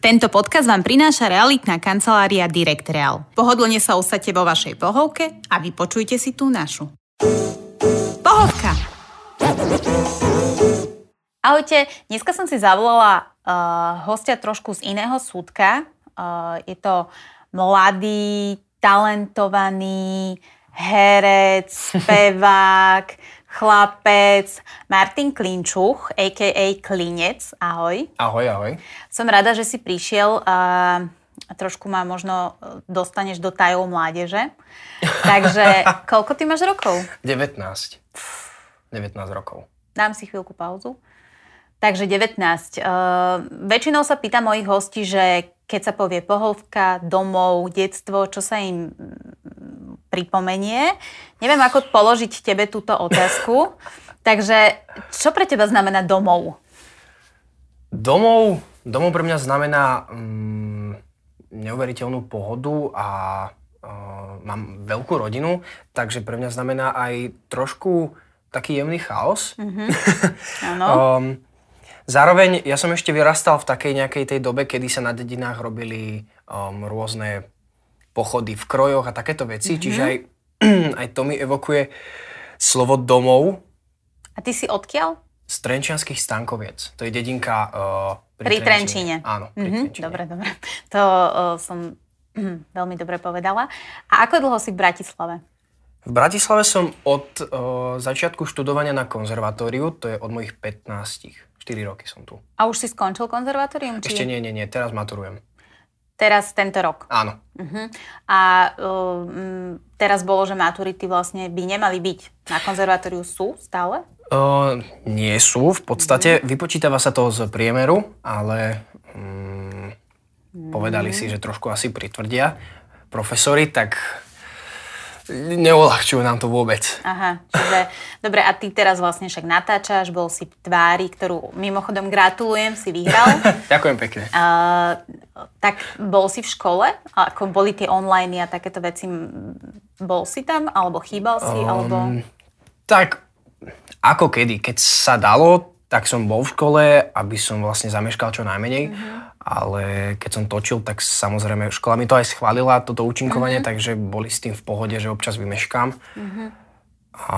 Tento podcast vám prináša realitná kancelária Direct Real. Pohodlne sa usadte vo vašej pohovke a vypočujte si tú našu. Pohovka! Ahojte, dneska som si zavolala uh, hostia trošku z iného súdka. Uh, je to mladý, talentovaný herec, spevák, chlapec Martin Klinčuch, a.k.a. Klinec. Ahoj. Ahoj, ahoj. Som rada, že si prišiel a trošku ma možno e, dostaneš do tajov mládeže. Takže koľko ty máš rokov? 19. 19 rokov. Dám si chvíľku pauzu. Takže 19. Uh, väčšinou sa pýta mojich hostí, že keď sa povie pohovka, domov, detstvo, čo sa im mm, pripomenie. Neviem, ako položiť tebe túto otázku. Takže čo pre teba znamená domov? Domov, domov pre mňa znamená mm, neuveriteľnú pohodu a uh, mám veľkú rodinu, takže pre mňa znamená aj trošku taký jemný chaos. Áno. Um, zároveň ja som ešte vyrastal v takej nejakej tej dobe, kedy sa na dedinách robili um, rôzne pochody v krojoch a takéto veci, čiže aj, aj to mi evokuje slovo domov A ty si odkiaľ? z Trenčianských stankoviec. To je dedinka uh, pri, Pri Trenčíne. Trenčíne. Áno, pri Mhm, Trenčíne. Dobre, dobre. To uh, som hm, veľmi dobre povedala. A ako dlho si v Bratislave? V Bratislave som od uh, začiatku študovania na konzervatóriu, to je od mojich 15. 4 roky som tu. A už si skončil konzervatórium? Ešte nie, nie, nie, teraz maturujem. Teraz tento rok. Áno. Uh-huh. A uh, mm, teraz bolo, že maturity vlastne by nemali byť. Na konzervatóriu sú stále? Uh, nie sú, v Mhm. podstate vypočítava sa to z priemeru, ale um, povedali Mhm. si, že trošku asi pritvrdia profesori, tak neolahčujú nám to vôbec. Aha, čiže dobre, a ty teraz vlastne však natáčaš, bol si v tvári, ktorú mimochodom gratulujem, si vyhral. Ďakujem pekne. Uh, tak bol si v škole? A Ako boli tie online a takéto veci? m, Bol si tam? Alebo chýbal si? Um. alebo... Tak ako kedy, keď sa dalo, tak som bol v škole, aby som vlastne zameškal čo najmenej, Mhm. ale keď som točil, tak samozrejme škola mi to aj schválila, toto Mhm. účinkovanie, takže boli s tým v pohode, že občas vymeškám. A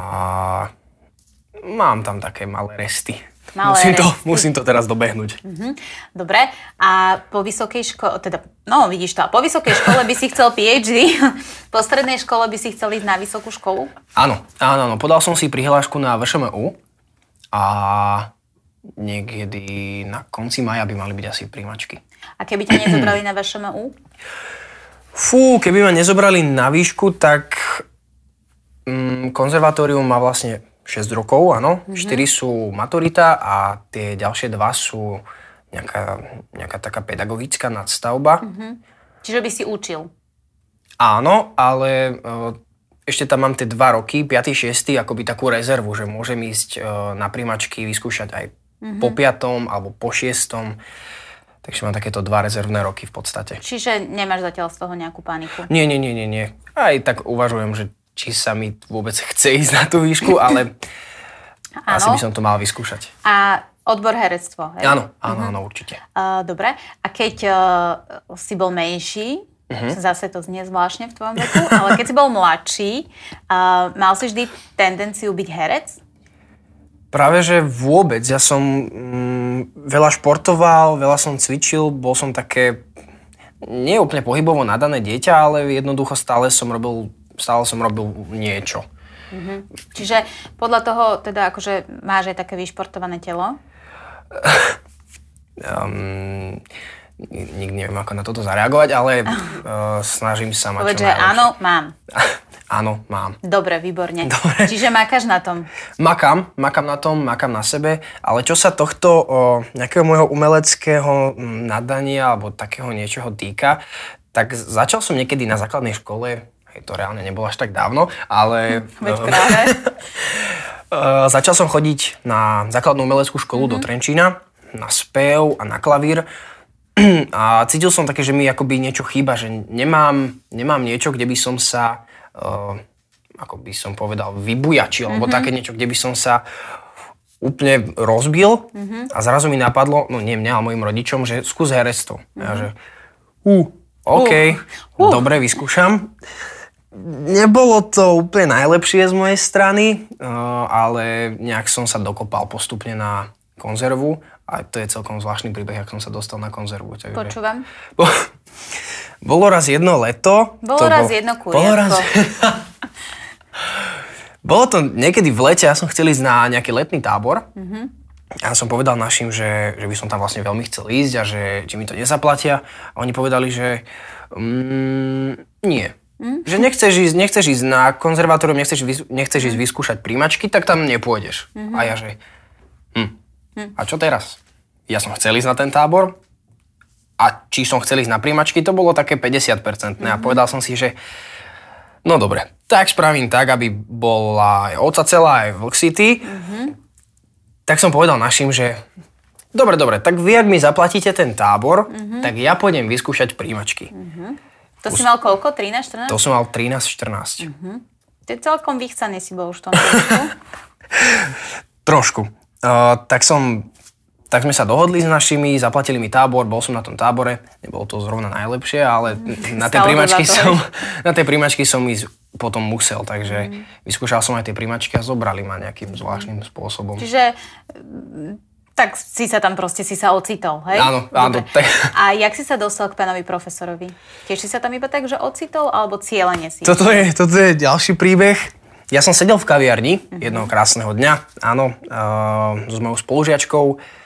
mám tam také malé resty. Malé musím, To, resty. musím to teraz dobehnúť. Mhm. Dobre, a po vysokej škole, teda, no vidíš to, a po vysokej škole by si chcel PhD, po strednej škole by si chcel ísť na vysokú školu? Áno, áno, áno. Podal som si prihlášku na VŠMU a niekedy na konci maja by mali byť asi príjmačky. A keby ťa nezobrali na VŠMU? Fú, keby ma nezobrali na výšku, tak mm, konzervatórium má vlastne 6 rokov, áno. Mm-hmm. 4 sú maturita a tie ďalšie dva sú nejaká, nejaká taká pedagogická nadstavba. Mm-hmm. Čiže by si učil. Áno, ale e, ešte tam mám tie 2 roky, 5. 6. akoby takú rezervu, že môžem ísť e, na príjmačky, vyskúšať aj po 5. alebo po 6. Takže mám takéto dva rezervné roky v podstate. Čiže nemáš zatiaľ z toho nejakú paniku. Nie, nie, nie, nie, nie. Aj tak uvažujem, že či sa mi vôbec chce ísť na tú výšku, ale asi Áno. by som to mal vyskúšať. A odbor herectvo. Hej? Áno, áno, áno, určite. Uh, dobre. A keď uh, si bol menší, Mhm. zase to znie zvláštne v tvojom veku, ale keď si bol mladší, uh, mal si vždy tendenciu byť herec? Práve, že vôbec. Ja som mm, veľa športoval, veľa som cvičil, bol som také nie úplne pohybovo nadané dieťa, ale jednoducho stále som robil, stále som robil niečo. Čiže podľa toho, teda akože máš aj také vyšportované telo? Um, nikdy neviem, ako na toto zareagovať, ale uh, snažím sa mať Povedz, čo že najlepšie. áno, mám. áno, mám. Dobre, výborne. Dobre. Čiže makáš na tom. Makám, makám na tom, makám na sebe, ale čo sa tohto o, nejakého môjho umeleckého mm, nadania alebo takého niečoho týka, tak začal som niekedy na základnej škole, hej, to reálne nebolo až tak dávno, ale Veď e, práve. e, začal som chodiť na základnú umeleckú školu do Trenčína, na spev a na klavír a cítil som také, že mi akoby niečo chýba, že nemám, nemám niečo, kde by som sa, e, ako by som povedal, vybujačil, alebo také niečo, kde by som sa úplne rozbil a zrazu mi napadlo, no nie mňa, ale mojim rodičom, že skús herectvo. A ja že, ú, OK, Uh. dobre, vyskúšam. Nebolo to úplne najlepšie z mojej strany, eh, ale nejak som sa dokopal postupne na konzervu a to je celkom zvláštny príbeh, ako som sa dostal na konzervu. Takže... Počúvam. Bo, bolo raz jedno leto. Bolo to raz jedno Bolo raz... kuriatko. Bolo to niekedy v lete, ja som chcel ísť na nejaký letný tábor. Mhm. Mm-hmm. Ja som povedal našim, že, že by som tam vlastne veľmi chcel ísť a že či mi to nezaplatia. A oni povedali, že mm, nie. Mhm. Mm? Že nechceš ísť, nechceš ísť na konzervatórium, nechceš, vys- nechceš ísť Mhm. vyskúšať príjmačky, tak tam nepôjdeš. Mm-hmm. A ja že, hm. a čo teraz? Ja som chcel ísť na ten tábor, a či som chcel ísť na príjmačky, to bolo také 50% mm-hmm. a povedal som si, že no dobre, tak spravím tak, aby bola aj oca celá, aj Vlk City. Mm-hmm. Tak som povedal našim, že dobre, dobre, tak vy ak mi zaplatíte ten tábor, mm-hmm. tak ja pôjdem vyskúšať príjmačky. Mm-hmm. To si mal koľko? 13, 14? To som mal 13-14. Mm-hmm. Ty celkom vychcaný si bol už v tom veku. Trošku. Uh, tak som tak sme sa dohodli s našimi, zaplatili mi tábor, bol som na tom tábore, nebolo to zrovna najlepšie, ale na Mhm. Stálo tie to príjmačky za to. som, na tie príjmačky som ísť potom musel, takže Mhm. vyskúšal som aj tie príjmačky a zobrali ma nejakým zvláštnym spôsobom. Čiže mm, tak si sa tam proste si sa ocitol, hej? Áno, áno, Dobre. tak- A jak si sa dostal k pánovi profesorovi? Tiež si sa tam iba tak, že ocitol, alebo cieľene si? Toto je, toto je ďalší príbeh. Ja som sedel v kaviarni jednoho krásneho dňa, áno, uh, s mojou spolužiačkou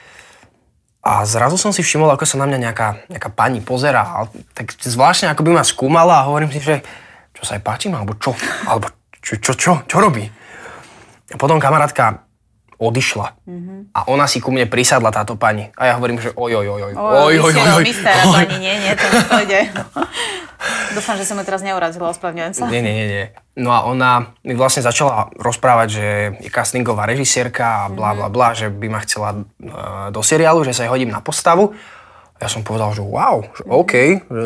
a zrazu som si všimol, ako sa na mňa nejaká, nejaká pani pozerá. a Tak zvláštne, ako by ma skúmala a hovorím si, že čo sa jej páčim, alebo čo, alebo čo, čo, čo, čo robí. A potom kamarátka odišla a ona si ku mne prisadla táto pani. A ja hovorím, že oj, oj, oj, oj, Oj, oj, oj, oj, stará oj. pani, nie, nie, to mi pôjde. Dúfam, že som ju teraz neurazila, ospravedlňujem sa. Nie, nie, nie, nie. No a ona mi vlastne začala rozprávať, že je castingová režisérka a bla Mhm. bla bla, že by ma chcela e, do seriálu, že sa jej hodím na postavu. Ja som povedal, že wow, že Mhm. OK, že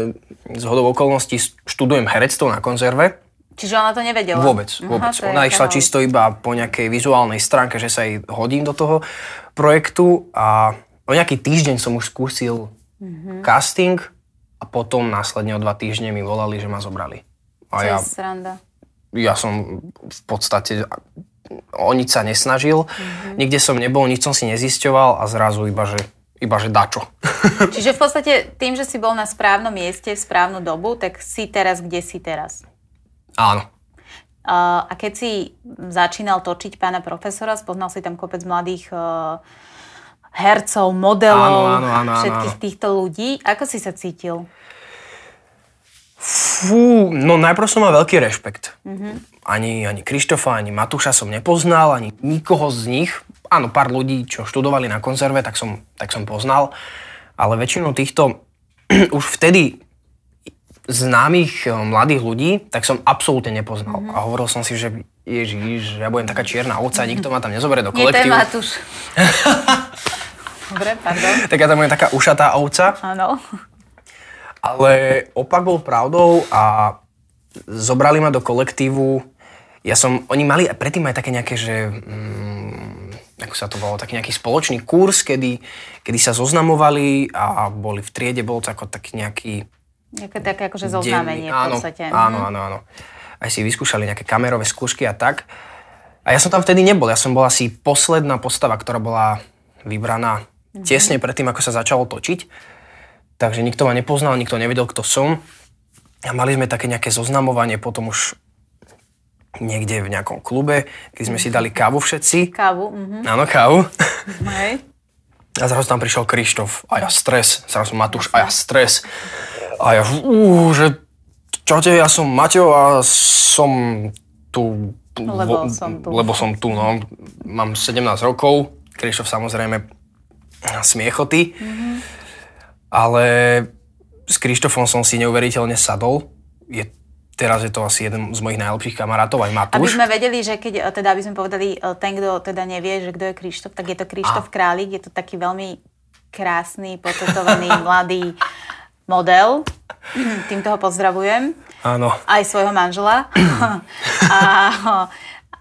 z hodou okolností študujem herectvo na konzerve. Čiže ona to nevedela? Vôbec, Aha, vôbec. to je Ona išla kanál. čisto iba po nejakej vizuálnej stránke, že sa jej hodím do toho projektu a o nejaký týždeň som už skúsil Mhm. casting a potom následne o dva týždne mi volali, že ma zobrali. To A ja, je sranda. ja som v podstate o nič sa nesnažil, nikde som nebol, nič som si nezisťoval a zrazu iba, že, iba, že dačo. Čiže v podstate tým, že si bol na správnom mieste v správnu dobu, tak si teraz, kde si teraz. Áno. A a keď si začínal točiť pána profesora, spoznal si tam kopec mladých eh, hercov, modelov, Áno, áno, áno, áno, všetkých áno. Fú, no najprv som mal veľký rešpekt. Ani, ani Krištofa, ani Matúša som nepoznal, ani nikoho z nich. Áno, pár ľudí, čo študovali na konzerve, tak som, tak som poznal. Ale väčšinu týchto už vtedy známych e, mladých ľudí, tak som absolútne nepoznal. A hovoril som si, že ježiš, ja budem taká čierna ovca, nikto ma tam nezoberie do Nie ten kolektívu. Matúš. Dobre, pardon. Tak ja tam budem taká ušatá ovca. Áno. Ale opak bol pravdou a zobrali ma do kolektívu. Ja som, oni mali aj predtým aj také nejaké, že mm, ako sa to volalo, taký nejaký spoločný kurz, kedy, kedy sa zoznamovali a boli v triede, bol to ako taký nejaký Nejaké také akože zoznámenie denný- v áno, podstate. Mhm. Áno, áno, áno. Aj si vyskúšali nejaké kamerové skúšky a tak. A ja som tam vtedy nebol, ja som bol asi posledná postava, ktorá bola vybraná Mhm. tesne predtým, ako sa začalo točiť. Takže nikto ma nepoznal, nikto nevedel, kto som. A mali sme také nejaké zoznamovanie potom už niekde v nejakom klube, keď sme si dali kávu všetci. Kávu. Mhm. Áno, kávu. Hej. A zrazu tam prišiel Krištof a ja stres, zrazu Matúš a ja stres. A ja, ú, že čaute, ja som Maťo a som tu. No, Lebo som tu. Lebo som tu, no. Mám 17 rokov, Krištof samozrejme smiechoty. Mhm. Ale s Krištofom som si neuveriteľne sadol. Je, teraz je to asi jeden z mojich najlepších kamarátov, aj Aby Matúš. sme vedeli, že keď, e, teda aby sme povedali, e, ten, kto teda nevie, že kto je Krištof, tak je to Krištof Králik, je to taký veľmi krásny, potetovaný, mladý model. Týmto ho pozdravujem. Áno. Aj svojho manžela. a, a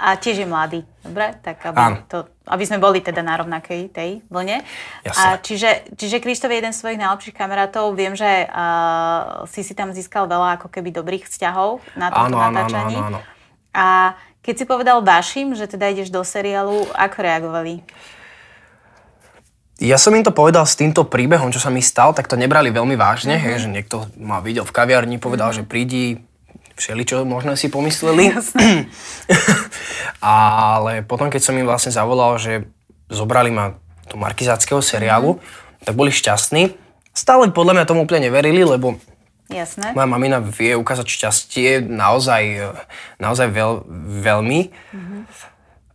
a tiež je mladý. Dobre? Tak Áno. aby, to, aby sme boli teda na rovnakej tej vlne. Jasné. A čiže, čiže Krištof je jeden z svojich najlepších kamarátov. Viem, že uh, si si tam získal veľa ako keby dobrých vzťahov na tomto Áno, áno, áno, natáčaní. áno, áno. A keď si povedal vašim, že teda ideš do seriálu, ako reagovali? Ja som im to povedal s týmto príbehom, čo sa mi stal, tak to nebrali veľmi vážne, mm-hmm. hej, že niekto ma videl v kaviarni, povedal, mm-hmm. že prídi, všeli čo možno si pomysleli. Ale potom, keď som im vlastne zavolal, že zobrali ma do markizáckého seriálu, mm-hmm. tak boli šťastní. Stále podľa mňa tomu úplne neverili, lebo Jasné? moja mamina vie ukázať šťastie naozaj, e, naozaj veľ, veľmi.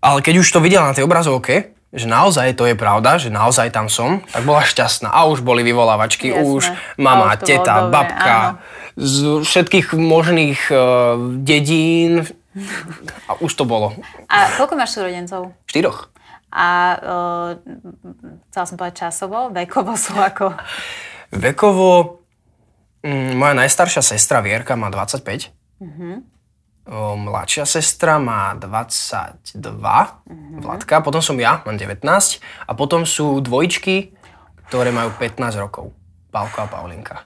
Ale keď už to videla na tej obrazovke, že naozaj to je pravda, že naozaj tam som, tak bola šťastná. A už boli vyvolávačky, Jasné. už A mama, už to bolo teta, dobré, babka, áno. z všetkých možných uh, dedín. A už to bolo. A koľko máš súrodencov? Štyroch. A uh, chcela som povedať časovo, vekovo sú ako... Vekovo mm, moja najstaršia sestra Vierka má 25. Mhm. O, Mladšia sestra má 22, Mhm. Vladka, potom som ja, mám 19 a potom sú dvojčky, ktoré majú 15 rokov, Pálko a Paulinka.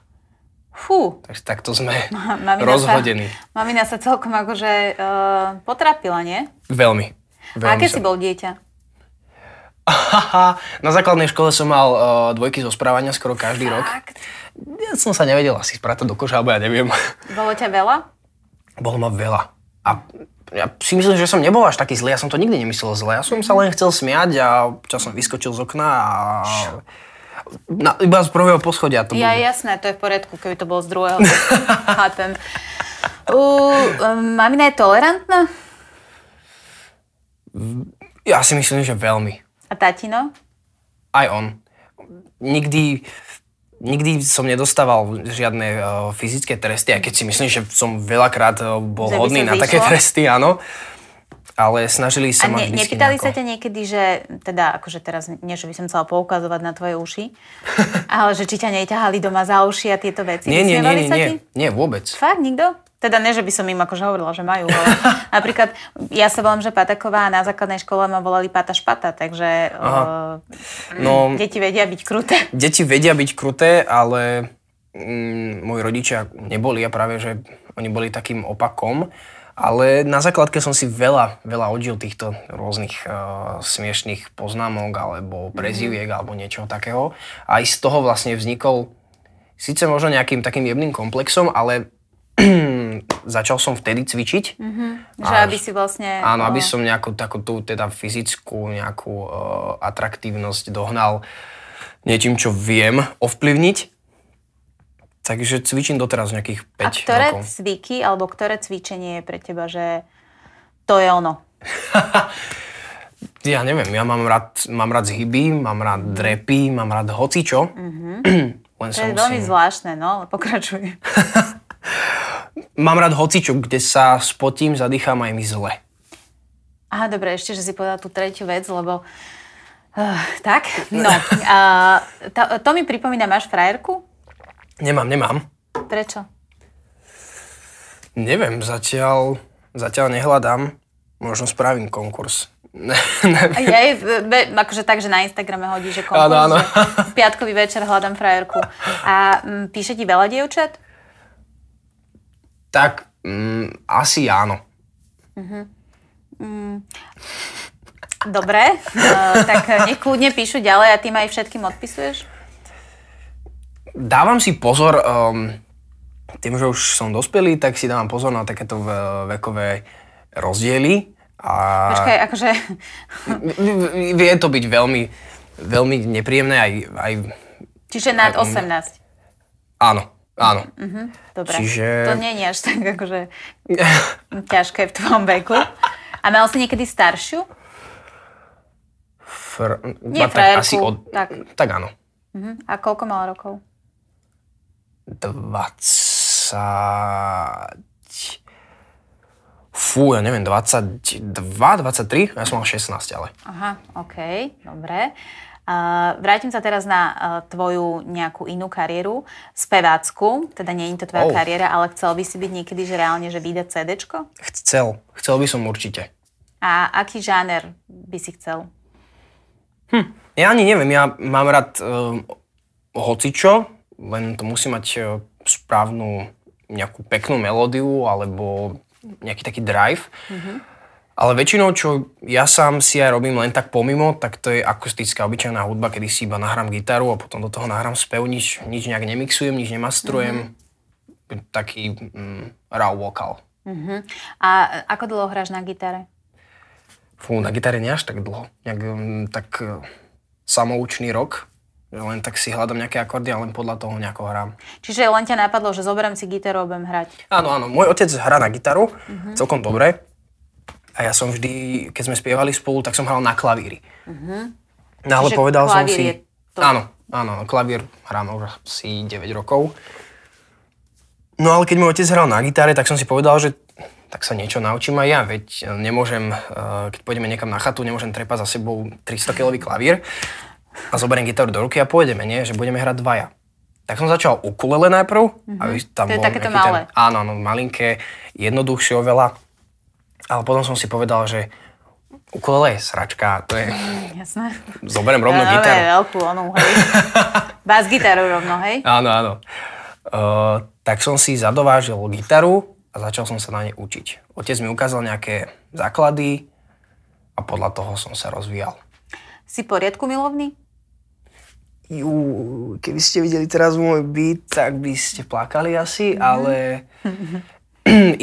Fú, Takže takto sme mamina rozhodení. Sa, mamina sa celkom akože uh, potrapila, nie? Veľmi. A Veľmi aké sa- si bol dieťa? Na základnej škole som mal uh, dvojky zo správania skoro každý rok. Fakt? Ja som sa nevedel asi spratať do koša, alebo ja neviem. Bolo ťa veľa? Bolo ma veľa. A ja si myslím, že som nebol až taký zlý, ja som to nikdy nemyslel zle. Ja som sa len chcel smiať a občas som vyskočil z okna a... Na, iba z prvého poschodia to Ja, bolo. jasné, to je v poriadku, keby to bolo z druhého. Chápem. Uh, mamina je tolerantná? Ja si myslím, že veľmi. A tatino? Aj on. Nikdy, nikdy som nedostával žiadne uh, fyzické tresty, aj keď si myslím, že som veľakrát uh, Že bol by sa hodný na také zišlo? tresty, áno. Ale snažili A sa ma ne, vždycky nepýtali sa nejako- ťa niekedy, že teda akože teraz, nie že by som chcela poukazovať na tvoje uši, ale že či ťa neťahali doma za uši a tieto veci. Nie, nie, nie, Vysmievali nie, sa nie, ti? nie, vôbec. Fakt, nikto? Teda ne, že by som im akože hovorila, že majú, ale napríklad ja sa volám, že Pataková a na základnej škole ma volali Pata Špata, takže No, uh, deti vedia byť kruté. deti vedia byť kruté, ale mm, moji rodičia neboli a práve, že oni boli takým opakom. Ale na základke som si veľa, veľa odžil týchto rôznych uh, smiešných poznámok alebo preziviek mm-hmm. alebo niečoho takého. A aj z toho vlastne vznikol síce možno nejakým takým jemným komplexom, ale začal som vtedy cvičiť. Mm-hmm. Že aby si vlastne... Áno, eh, aby som nejakú takú tú teda fyzickú nejakú uh, atraktívnosť dohnal niečím, čo viem ovplyvniť. Takže cvičím doteraz nejakých 5 A ktoré rokov. cviky, alebo ktoré cvičenie je pre teba, že to je ono? Ja neviem, ja mám rád, mám rád zhyby, mám rád drepy, mám rád hocičo. Mm-hmm. Len Mhm. To sa je musím... veľmi zvláštne, no, ale pokračuj. Mám rád hocičo, kde sa spotím, zadýcham aj mi zle. Aha, dobre, ešte, že si povedala tú tretiu vec, lebo... Uh, tak, no. Uh, to, to mi pripomína, máš frajerku? Nemám, nemám. Prečo? Neviem, zatiaľ, zatiaľ nehľadám. Možno spravím konkurs. A Ja je, be, akože tak, že na Instagrame hodí, že konkurs, Áno, áno. že v piatkový večer hľadám frajerku. A m, píše ti veľa dievčat? tak mm, asi áno. Dobre, uh, tak nech kľudne píšu ďalej a tým aj všetkým odpisuješ? dávam si pozor, um, tým, že už som dospelý, tak si dávam pozor na takéto ve- vekové rozdiely. A Počkaj, akože... v- v- vie to byť veľmi, veľmi nepríjemné aj, aj Čiže nad Aj u 18. áno, áno. Dobre. To Čiže- nie je až tak akože ťažké v tvojom veku. A mal si niekedy staršiu? Fr- Nie iba tak, frajerku, asi od, tak. tak áno. Mhm. A koľko mal rokov? 20... Fú, ja neviem, 22, 23? Ja som mal 16, ale. Aha, OK, dobre. Uh, vrátim sa teraz na uh, tvoju nejakú inú kariéru, spevácku, teda nie je to tvoja Oh. kariéra, ale chcel by si byť niekedy, že reálne, že vydať CDčko? Chcel, chcel by som určite. A aký žáner by si chcel? Hm. Ja ani neviem, ja mám rád um, hocičo, len to musí mať uh, správnu nejakú peknú melódiu alebo nejaký taký drive. Mm-hmm. Ale väčšinou, čo ja sám si aj robím len tak pomimo, tak to je akustická obyčajná hudba, kedy si iba nahrám gitaru a potom do toho nahrám spev, nič, nič nejak nemixujem, nič nemastrujem. Mm-hmm. Taký mm, raw vokál. Mm-hmm. A ako dlho hráš na gitare? Fú, na gitare nie až tak dlho. Nejak, mm, tak uh, samoučný rok len tak si hľadám nejaké akordy a len podľa toho nejako hrám. Čiže len ťa napadlo, že zoberiem si gitaru a budem hrať. Áno, áno, môj otec hrá na gitaru, uh-huh. celkom dobre. A ja som vždy, keď sme spievali spolu, tak som hral na klavíri. Uh-huh. No ale Čiže povedal som klavír je si... to- Áno, áno, klavír hrám už asi 9 rokov. No ale keď môj otec hral na gitare, tak som si povedal, že tak sa niečo naučím aj ja, veď nemôžem, eh, keď pôjdeme niekam na chatu, nemôžem trepať za sebou 300-kilový klavír a zoberiem gitaru do ruky a pôjdeme, nie? Že budeme hrať dvaja. Tak som začal ukulele najprv. Mm-hmm. Aby Mhm. tam To je bol takéto nejaký malé. Ten, áno, áno, malinké, jednoduchšie oveľa. Ale potom som si povedal, že ukulele je sračka, to je... Jasné. Zoberiem rovno Mhm. No, Dobre, no. gitaru. veľkú onú, hej. Bás gitaru rovno, hej. Áno, áno. Uh, tak som si zadovážil gitaru a začal som sa na ne učiť. Otec mi ukázal nejaké základy a podľa toho som sa rozvíjal. Si poriadku milovný? Jú, keby ste videli teraz môj byt, tak by ste plakali asi, ale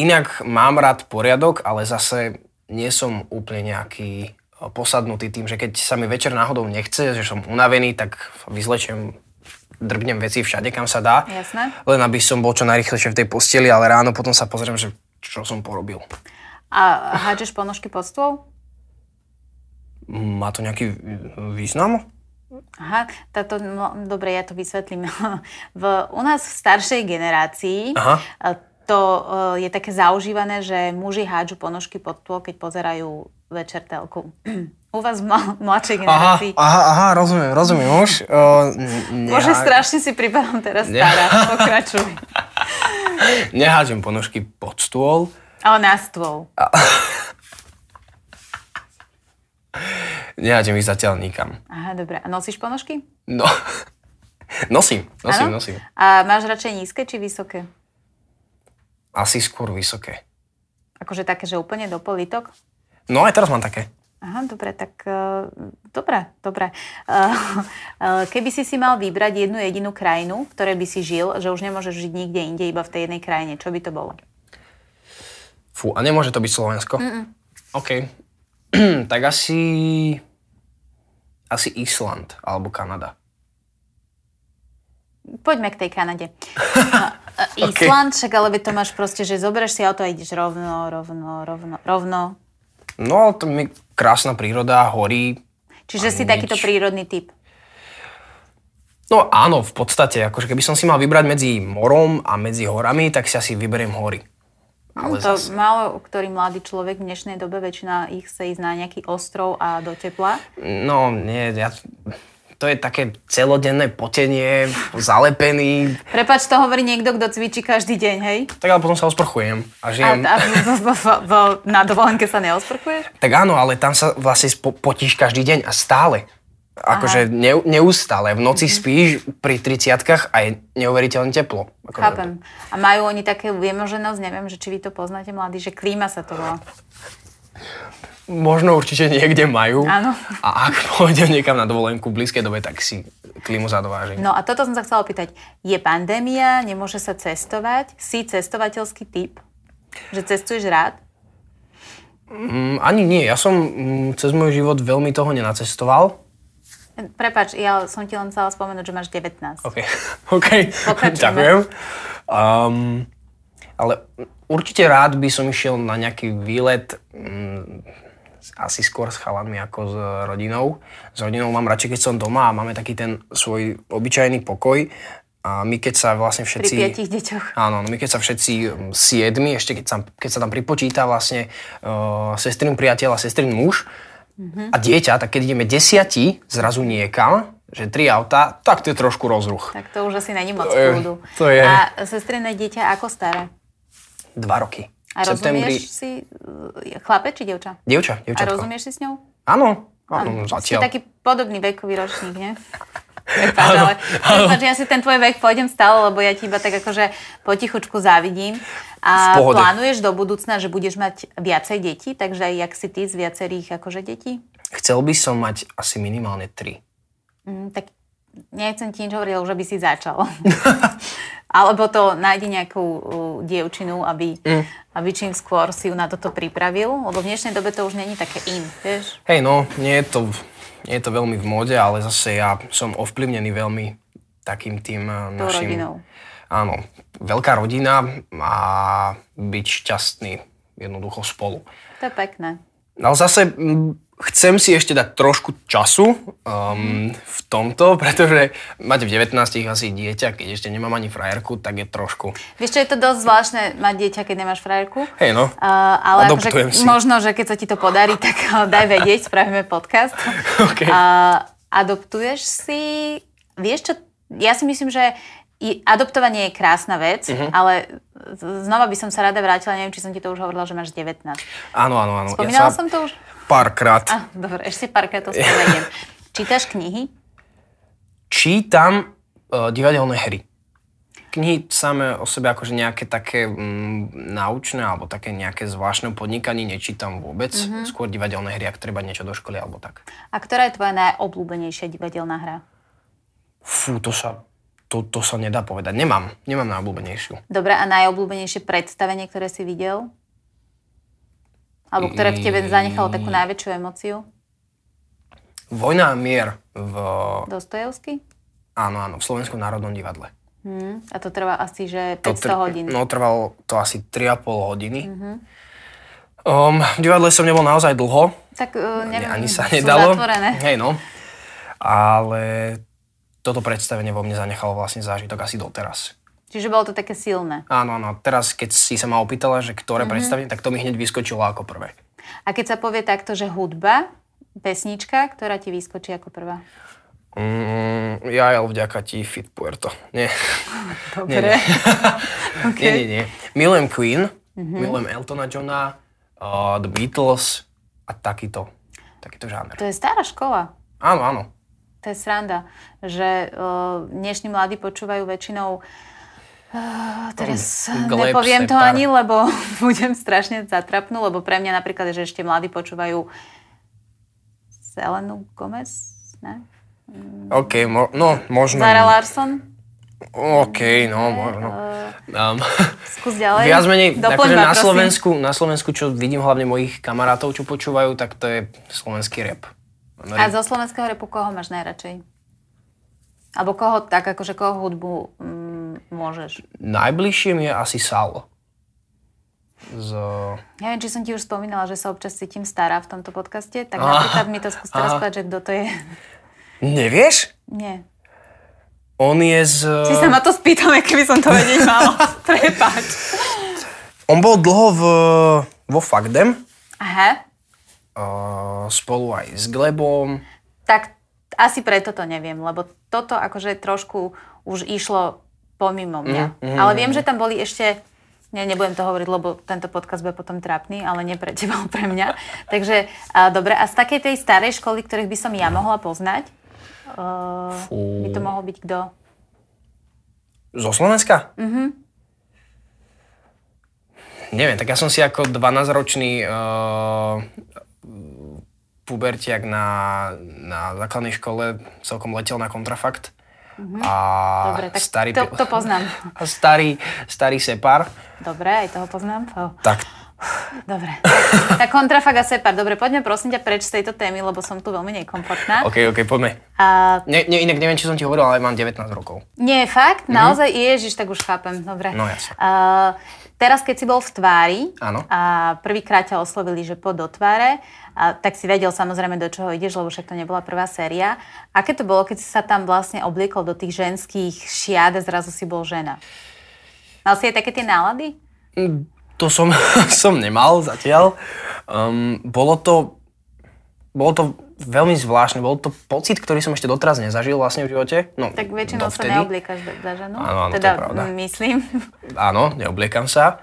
inak mám rád poriadok, ale zase nie som úplne nejaký e, posadnutý tým, že keď sa mi večer náhodou nechce, že som unavený, tak vyzlečem, drbnem veci všade, kam sa dá. Jasné. Len aby som bol čo najrychlejšie v tej posteli, ale ráno potom sa pozriem, že čo som porobil. A hádžeš ponožky pod stôl? Má to nejaký e, význam? Aha, táto, no, dobre, ja to vysvetlím. V, u nás v staršej generácii Aha. e, to e, je také zaužívané, že muži hádžu ponožky pod stôl, keď pozerajú večer telku. U vás v mla- mladšej Aha, generácii. aha, aha, rozumiem, rozumiem už. Uh, n- Bože, nehá- strašne si pripadám teraz Ne- stará. Pokračuj. Nehádžem ponožky pod stôl. Ale na stôl. Nehádžem ich zatiaľ nikam. Aha, dobre. A nosíš ponožky? No. Nosím, nosím, Áno? nosím. A máš radšej nízke či vysoké? Asi skôr vysoké. Akože také, že úplne do politok? No aj teraz mám také. Aha, dobre, tak uh, dobre, dobre. Uh, uh, keby si si mal vybrať jednu jedinú krajinu, v ktorej by si žil, že už nemôžeš žiť nikde inde, iba v tej jednej krajine, čo by to bolo? Fú, a nemôže to byť Slovensko? Mm-mm. OK. tak asi... Asi Island alebo Kanada. Poďme k tej Kanade. Uh, uh, Island, však ale veď to máš proste, že zoberieš si auto a ideš rovno, rovno, rovno, rovno. No, to mi krásna príroda, hory. Čiže A si nič. takýto prírodný typ. No áno, v podstate, akože keby som si mal vybrať medzi morom a medzi horami, tak si asi vyberiem hory. Ale No, to zase- málo, ktorý mladý človek v dnešnej dobe, väčšina ich sa ísť na nejaký ostrov a do tepla. No, nie, ja... To je také celodenné potenie, zalepený, Prepač, to hovorí niekto, kto cvičí každý deň, hej? tak ale potom sa osprchujem a A, žijem. a v- v- v- v- na dovolenke sa neosprchuješ? Tak áno, ale tam sa vlastne spo- potíš každý deň a stále. Akože ne, neustále. Mhm. V noci spíš pri 30 a je neuveriteľne teplo. Akože, Chápem. A majú oni také vymoženosť, neviem, že či vy to poznáte, mladí, že klíma sa to volá. Možno určite niekde majú. Áno. A ak pôjdem niekam na dovolenku v blízkej dobe, tak si klímu zadovážim. No a toto som sa chcela opýtať. Je pandémia, nemôže sa cestovať? Si cestovateľský typ? Že cestuješ rád? Mm, ani nie, ja som mm, cez môj život veľmi toho nenacestoval. Prepač, ja som ti len chcela spomenúť, že máš 19. OK, OK, Pokračujme. ďakujem. Um, ale určite rád by som išiel na nejaký výlet mm, asi skôr s chalanmi ako s rodinou. S rodinou mám radšej, keď som doma a máme taký ten svoj obyčajný pokoj. A my keď sa vlastne Pri všetci... piatich deťoch. Áno, no my keď sa všetci mm, siedmi, ešte keď sa, keď sa tam pripočíta vlastne uh, sestrin priateľ a sestrin muž mm-hmm. a dieťa, tak keď ideme desiatí zrazu niekam, že tri auta, tak to je trošku rozruch. Tak to už asi není moc To je- kľúdu. to je- A sestriné dieťa ako staré? Dva roky. A v septembri... rozumieš si e, chlapec či devča? A Dievča, dievčatko. rozumieš si s ňou? Áno, áno, Ste zatiaľ. taký podobný vekový ročník, nie? Prepáč, ale prepáč, ja si ten tvoj vek pôjdem stále, lebo ja ti iba tak akože potichučku závidím. A V pohode. plánuješ do budúcna, že budeš mať viacej detí, takže aj jak si ty z viacerých akože detí? Chcel by som mať asi minimálne tri. Mm, tak nechcem ti nič hovoriť, ale už by si začal. Alebo to nájde nejakú uh, dievčinu, aby, Mm. aby čím skôr si ju na toto pripravil, lebo v dnešnej dobe to už není také in, vieš? Hej, no, nie je, to, nie je to veľmi v móde, ale zase ja som ovplyvnený veľmi takým tým eh, Tou našim... rodinou. Áno, veľká rodina a byť šťastný jednoducho spolu. No, To je pekné. Ale zase mm, chcem si ešte dať trošku času um, v tomto, pretože mať v 19 asi dieťa, keď ešte nemám ani frajerku, tak je trošku... Vieš čo, je to dosť zvláštne mať dieťa, keď nemáš frajerku. Hej no, Uh, ale akože, Adoptujem si. možno, že keď sa ti to podarí, tak uh, daj vedieť, spravíme podcast. OK. Uh, adoptuješ si... Vieš čo, ja si myslím, že i adoptovanie je krásna vec, Mhm. ale z- znova by som sa rada vrátila, neviem, či som ti to už hovorila, že máš 19. áno, áno, áno. Spomínala som to už? Párkrát Ah, dobre, ešte párkrát to spomeniem. Čítaš knihy? čítam uh, divadelné hry. Knihy samé o sebe akože nejaké také mm, naučné alebo také nejaké zvláštne podnikanie nečítam vôbec. Mhm. Mm-hmm. Skôr divadelné hry, ak treba niečo do školy alebo tak. A ktorá je tvoja najobľúbenejšia divadelná hra? Fú, to sa, to, to sa nedá povedať. Nemám, nemám najobľúbenejšiu. Dobre, a najobľúbenejšie predstavenie, ktoré si videl? Alebo ktoré v tebe zanechalo takú Mm. najväčšiu emociu? Vojna a mier v, Dostojevský? áno, áno, v Slovenskom národnom divadle. Hm. A to trvá asi, že 500 To tr- hodín. Mhm. No, trvalo to asi 3,5 hodiny. Mm-hmm. Um, v divadle som nebol naozaj dlho, Tak uh, neviem, ani sa sú nedalo. zatvorené. Hej, no. Ale toto predstavenie vo mne zanechalo vlastne zážitok asi doteraz. Čiže bolo to také silné. Áno, áno. Teraz, keď si sa ma opýtala, že Mhm. ktoré mm-hmm. predstavenie, tak to mi hneď vyskočilo ako prvé. A keď sa povie takto, že hudba, pesnička, ktorá ti vyskočí ako prvá? Mm, ja, ale vďaka ti, Fit Puerto. Nie. Dobre. Okay. nie, nie, nie. Milujem Queen, Mhm. mm-hmm. milujem Eltona Johna, uh, The Beatles a takýto, takýto žáner. To je stará škola. Áno, áno. To je sranda, že uh, dnešní mladí počúvajú väčšinou uh, teraz Mm, Gleb, nepoviem to Separ. ani, lebo budem strašne zatrapnú, lebo pre mňa napríklad, že ešte mladí počúvajú Selenu Gomez, ne? OK, mo- no, možno. Zara Larson? OK, no, možno. Uh, Um, skús ďalej. Viac menej, Doplň akože ma, na, prosím. Slovensku, na Slovensku, čo vidím hlavne mojich kamarátov, čo počúvajú, tak to je slovenský rap. No, A rap. zo slovenského repu koho máš najradšej? Alebo koho, tak akože koho hudbu mm, môžeš? Najbližším je asi Sal. Z... Neviem, či som ti už spomínala, že sa občas cítim stará v tomto podcaste, tak Aha. napríklad mi to skús teraz Aha. povedať, že kto to je. Nevieš? Nie. On je z... Si sa ma to spýtal, keby som to vedieť mala. Prepáč. On bol dlho v... vo Fakdem. Aha, Uh, spolu aj s Glebom. tak asi preto to neviem, lebo toto akože trošku už išlo pomimo mňa. Mm, mm, ale viem, že tam boli ešte... Ne, nebudem to hovoriť, lebo tento podcast bude potom trápny, ale nie pre teba, ale pre mňa. Takže, a, dobre, a z takej tej starej školy, ktorých by som ja mohla poznať, uh, Fú. by to mohol byť kto? Zo Slovenska? Mm-hmm. Mhm. Neviem, tak ja som si ako 12-ročný uh, pubertiak na, na základnej škole celkom letel na kontrafakt. Mm-hmm. A Mhm. Dobre, tak starý, to, pi- to poznám. a starý, starý separ. Dobre, aj toho poznám. Oh, Tak dobre. Tak kontrafakt a separ. Dobre, poďme prosím ťa preč z tejto témy, lebo som tu veľmi nekomfortná. OK, OK, poďme. A Ne, ne, inak neviem, či som ti hovoril, ale mám 19 rokov. nie, fakt? Naozaj? Ježiš, tak už chápem. Dobre. Mhm. No, jasne. A, teraz, keď si bol v tvári Áno. a prvýkrát ťa oslovili, že po do tváre, a, tak si vedel samozrejme, do čoho ideš, lebo však to nebola prvá séria. Aké to bolo, keď si sa tam vlastne obliekol do tých ženských šiad a zrazu si bol žena? Mal si aj také tie nálady? Mm, To som, som nemal zatiaľ. Um, bolo to bolo to veľmi zvláštne, bol to pocit, ktorý som ešte doteraz nezažil vlastne v živote. No, Tak väčšinou sa dovtedy. neobliekaš za, za ženu. Áno, áno, to teda je pravda. m, myslím. Áno, neobliekam sa.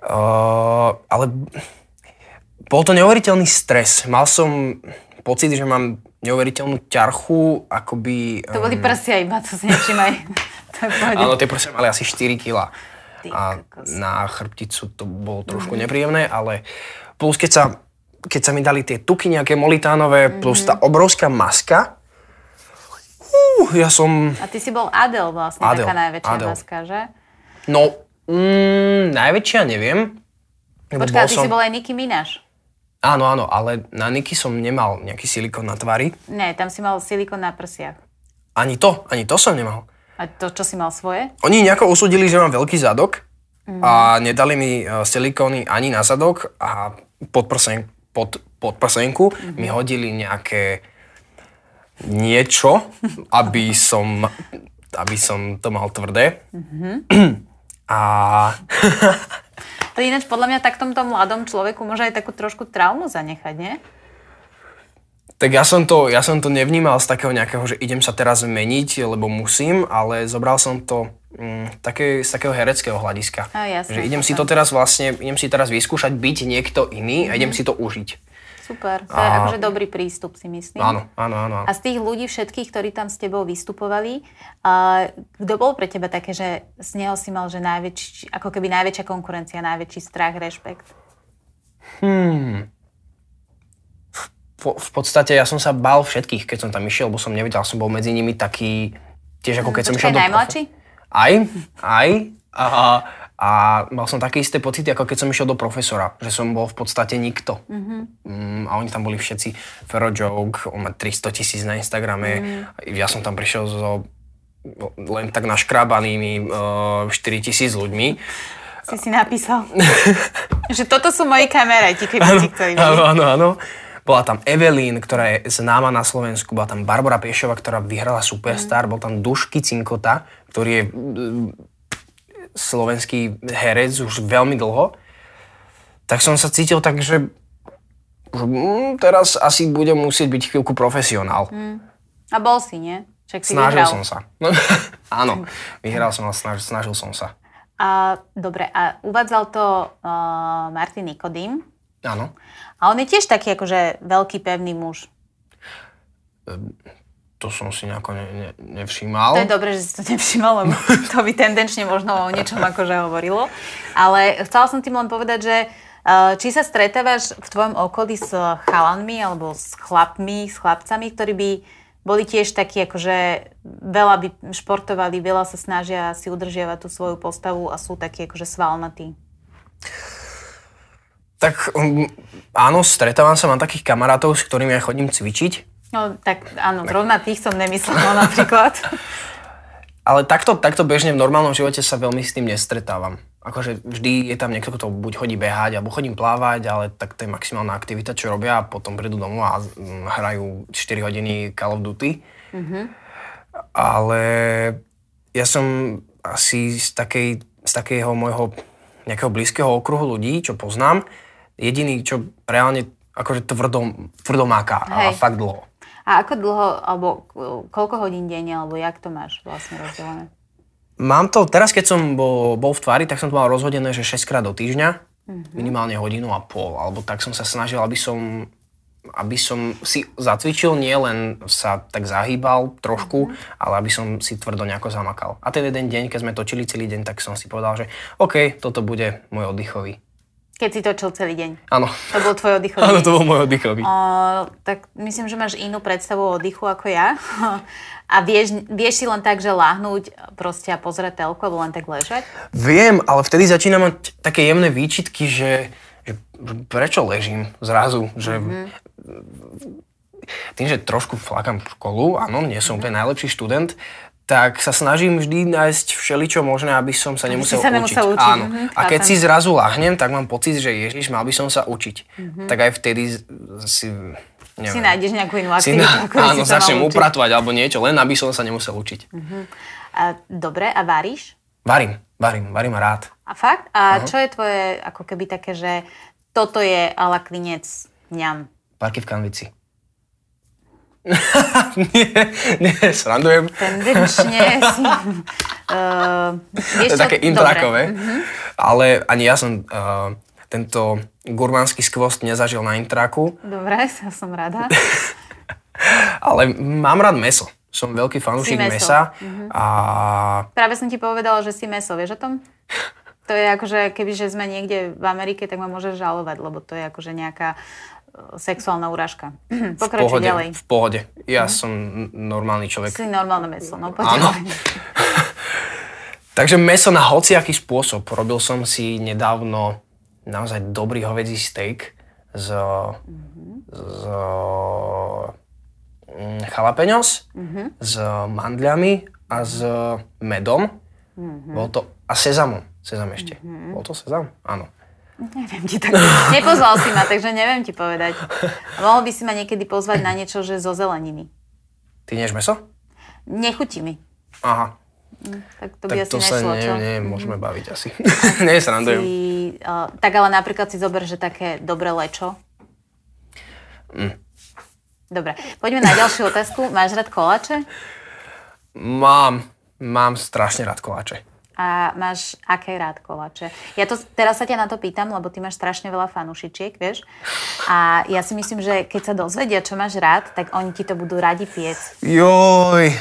Uh, ale bol to neuveriteľný stres. Mal som pocit, že mám neuveriteľnú ťarchu, akoby... eh, To boli prsia iba, to si nevšimaj. to je v pohode. Áno, tie prsia mali asi 4 kg. Ty A kokos. na chrbticu to bolo trošku nepríjemné, ale plus keď sa, keď sa mi dali tie tuky nejaké molitánové, Mhm. plus tá obrovská maska, uh, ja som... A ty si bol Adel vlastne, Adele, taká najväčšia Adele. maska, že? No, mm, najväčšia neviem. lebo Počkaj, bol a ty som, si bol aj Nicky Minaš. Áno, áno, ale na Niky som nemal nejaký silikon na tvári. Nie, tam si mal silikon na prsiach. Ani to, ani to som nemal. A to, čo si mal svoje? Oni nejako usúdili, že mám veľký zadok a nedali mi eh, silikóny ani na zadok a pod, prsen, pod, pod prsenku mi hodili nejaké niečo, aby som, aby som to mal tvrdé. A To je ináč podľa mňa tak tomto mladom človeku môže aj takú trošku traumu zanechať, nie? tak ja som, to, ja som to nevnímal z takého nejakého, že idem sa teraz zmeniť, lebo musím, ale zobral som to mm, také, z takého hereckého hľadiska. A jasné, že idem si to chápem. teraz vlastne, idem si teraz vyskúšať byť niekto iný a idem Mhm. si to užiť. Super, to je A- akože dobrý prístup si myslím. Áno, áno, áno. áno. A z tých ľudí všetkých, ktorí tam s tebou vystupovali, a kto bol pre teba také, že z neho si mal, že najväčší, ako keby najväčšia konkurencia, najväčší strach, rešpekt? Po, v podstate ja som sa bál všetkých, keď som tam išiel, lebo som nevedel, som bol medzi nimi taký, tiež ako keď som išiel Mhm, Počkaj, do... profe- najmladší? Aj, aj. A, a mal som také isté pocity, ako keď som išiel do profesora, že som bol v podstate nikto. Mm-hmm. Mm, a oni tam boli všetci Fero Joke, on má 300 tisíc na Instagrame. Mm-hmm. Ja som tam prišiel so len tak naškrábanými uh, 4 tisíc ľuďmi. Si si napísal, že toto sú moji kamaráti, keby ti chceli Áno, vidieť. áno, áno. Bola tam Evelyn, ktorá je známa na Slovensku, bola tam Barbara Piešova, ktorá vyhrala Superstar, bol tam Dušky Cinkota, ktorý je mm, slovenský herec už veľmi dlho. Tak som sa cítil tak, že, že mm, teraz asi budem musieť byť chvíľku profesionál. A bol si, nie? Však si vyhral. Snažil som sa. áno, vyhral som, ale snaž, snažil som sa. A, dobre, a uvádzal to uh, Martin Nikodým. Áno. A on je tiež taký akože veľký, pevný muž. To som si nejako ne, ne, nevšímal. To je dobré, že si to nevšimol, lebo to by tendenčne možno o niečom akože hovorilo. Ale chcela som tým len povedať, že eh, či sa stretávaš v tvojom okolí s chalanmi alebo s chlapmi, s chlapcami, ktorí by boli tiež takí, akože veľa by športovali, veľa sa snažia si udržiavať tú svoju postavu a sú takí akože svalnatí. Tak um, áno, stretávam sa, mám takých kamarátov, s ktorými ja chodím cvičiť, No tak áno, zrovna tých som nemyslela napríklad. ale takto, takto bežne v normálnom živote sa veľmi s tým nestretávam. Akože vždy je tam niekto, kto buď chodí behať, alebo chodím plávať, ale tak to je maximálna aktivita, čo robia a potom prídu domov a mm, hrajú 4 hodiny Call of Duty. Mm-hmm. Ale ja som asi z, takej, z takého môjho nejakého blízkeho okruhu ľudí, čo poznám, jediný, čo reálne akože tvrdo, tvrdo máka a Hej. fakt dlho. A ako dlho, alebo eh, koľko hodín denne, alebo jak to máš vlastne rozdelené? Mám to, teraz keď som bol, bol v tvári, tak som to mal rozhodené, že 6 krát do týždňa, minimálne hodinu a pol, alebo tak som sa snažil, aby som, aby som si zacvičil, nie len sa tak zahýbal trošku, ale aby som si tvrdo nejako zamakal. A ten jeden deň, keď sme točili celý deň, tak som si povedal, že OK, toto bude môj oddychový. Keď si točil celý deň. Áno, To bol tvoj oddychový deň. áno, to bol môj oddychový. O, tak myslím, že máš inú predstavu o oddychu ako ja. A vieš, vieš si len tak, že láhnuť proste a pozerať telku, alebo len tak ležať? Viem, ale vtedy začínam mať také jemné výčitky, že, že prečo ležím zrazu, že Mhm. tým, že trošku flakám školu, áno, nie som úplne najlepší študent, tak sa snažím vždy nájsť všeličo možné, aby som sa nemusel, sa nemusel učiť. učiť, Áno. mhm, a keď chápem. si zrazu lahnem, tak mám pocit, že ježiš, mal by som sa učiť. Tak aj vtedy z- si... Mhm. Si Neviem, nájdeš nejakú inú si aktivitu, na, ako by si áno, sa Mhm. mal začnem učiť. upratovať alebo niečo, len aby som sa nemusel učiť. A, dobre, a varíš? Varím, varím, varím rád. A fakt? A čo je tvoje ako keby také, že toto je ala klinec mňam? Parky v kanvici. nie, nie, srandujem. Tendenčne si... Uh, To vieš je čo? také Dobre. Mhm. intrakové. Ale ani ja som uh, tento gurmánsky skvost nezažil na intraku, Dobre, ja som rada. ale mám rád meso. Som veľký fanúšik meso. Mhm. mesa. Mm-hmm. A Práve som ti povedala, že si meso, vieš o tom? To je akože, kebyže sme niekde v Amerike, tak ma môžeš žalovať, lebo to je akože nejaká e, sexuálna úražka. v Pokračuj pohode, ďalej. Mhm. v pohode. Ja som n- normálny človek. Si normálne meso, no poď Áno. ďalej. Takže meso na hociaký spôsob. Robil som si nedávno naozaj dobrý hovedzí steak z, z mm, jalapenos, Mhm. s mandľami a s medom. Mhm. Bol to, a sezamom. Sezam ešte. Bol to sezam? Áno. Neviem ti tak. Nepozval si ma, takže neviem ti povedať. Mohol by si ma niekedy pozvať na niečo, že so zeleniny. Ty nieš meso? Nechutí mi. Aha. Tak to by Tak asi to sa nešlo, ne, čo? Mhm. ne, môžeme baviť asi. Nie, Si, srandujem. uh, tak ale napríklad si zober, že také dobré lečo. Mm. Dobre, poďme na ďalšiu otázku. Máš rád koláče? Mám, mám strašne rád koláče. A máš aké rád koláče? Ja to, teraz sa ťa na to pýtam, lebo ty máš strašne veľa fanúšičiek, vieš? A ja si myslím, že keď sa dozvedia, čo máš rád, tak oni ti to budú radi piec. Joj,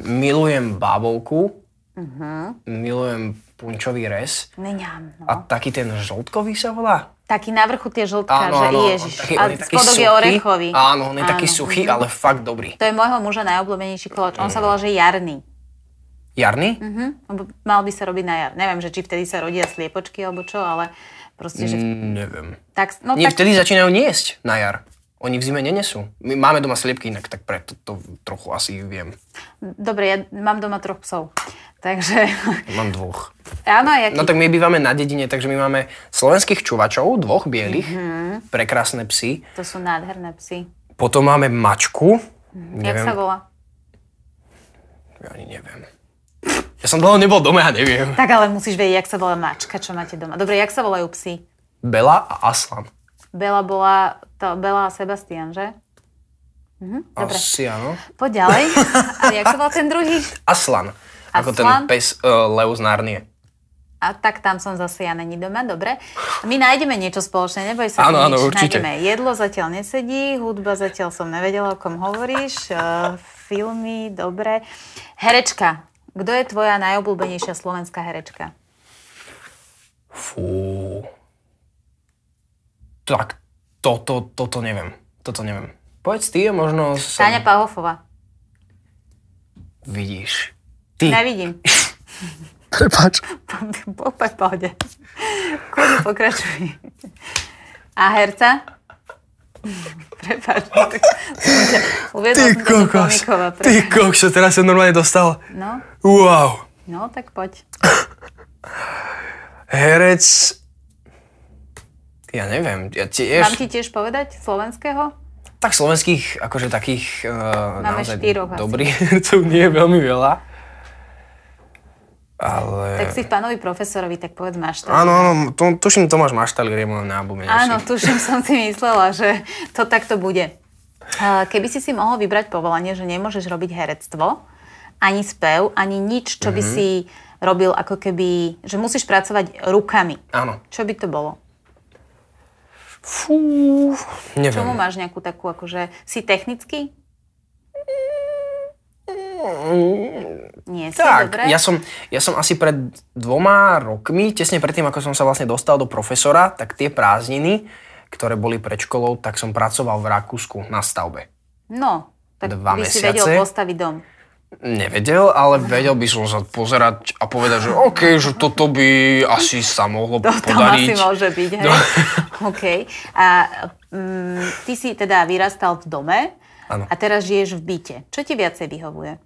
milujem bábovku, Mhm. milujem punčový res Neňam, no. a taký ten žltkový sa volá? Taký na vrchu tie žltka, že ježiš. on taký, a on je taký spodok je suchý. orechový. Áno, on je taký Áno. suchý, ale fakt dobrý. To je môjho muža najobľúbenejší koláč. On sa volá, že jarný. Jarný? Mhm. Lebo Mal by sa robiť na jar. Neviem, že či vtedy sa rodia sliepočky alebo čo, ale proste, že... Mm, neviem. Tak, Mhm. no Nie, tak, vtedy začínajú niesť na jar. Oni v zime nenesú. My máme doma sliepky inak, tak preto to trochu asi viem. dobre, ja mám doma troch psov. Takže, Mám dvoch. áno, ja No tak my bývame na dedine, takže my máme slovenských čuvačov, dvoch bielých, Mhm. prekrásne psy. To sú nádherné psy. Potom máme mačku. Jak Neviem, sa volá? Ja ani neviem. Ja som dlho nebol doma, ja neviem. Tak ale musíš vedieť, jak sa volá mačka, čo máte doma. Dobre, jak sa volajú psi? Bela a Aslan. Bela bola, to, Bela a Sebastian, že? Mhm, dobre, Asi, áno. poď ďalej. A jak sa volá ten druhý? Aslan. Ako ten Aslan? pes uh, Leus Narnie. A tak tam som zase ja není doma, dobre. My nájdeme niečo spoločné, neboj sa. Áno, nič. áno, určite. Nájdeme jedlo, zatiaľ nesedí, hudba zatiaľ som nevedela, o kom hovoríš, eh, filmy, dobre. Herečka. Kto je tvoja najobľúbenejšia slovenská herečka? Fú. Tak toto, toto neviem. Toto neviem. Povedz ty, možno som... Táňa Pahofová. Vidíš. Ty. Nevidím. Prepač. Opäť pohode. Kľudne pokračuj. A herca? Prepáč. tak som ťa- Uviedla som ťa do komikova. Ty Prepáč. kokso, teraz sa normálne dostal. No, Wow. no, tak poď. Herec... Ja neviem, ja tiež... Mám ti tiež povedať slovenského? Tak slovenských, akože takých uh, Máme naozaj štyroch asi. dobrých hercov nie je veľmi veľa. Ale... Tak si v pánovi profesorovi, tak povedz máš to. Áno, áno, to, tuším Tomáš Maštali, je môj najobľúbenejší. Áno, tuším, som si myslela, že to takto bude. A Keby si si mohol vybrať povolanie, že nemôžeš robiť herectvo, ani spev, ani nič, čo Mhm. by si robil ako keby, že musíš pracovať rukami. Áno. Čo by to bolo? Fú, neviem. Čomu máš nejakú takú, akože si technický? Nie si, Mm, Tak, dobre? ja som, ja som asi pred dvoma rokmi, tesne predtým, ako som sa vlastne dostal do profesora, tak tie prázdniny, ktoré boli pred školou, tak som pracoval v Rakúsku na stavbe. No, tak Dva by si vedel mesiace. postaviť dom. Nevedel, ale vedel by som sa pozerať a povedať, že OK, že toto by asi sa mohlo To tam asi podariť. môže byť, hej? No. OK. A mm, ty si teda vyrastal v dome Áno. a teraz žiješ v byte. Čo ti viacej vyhovuje?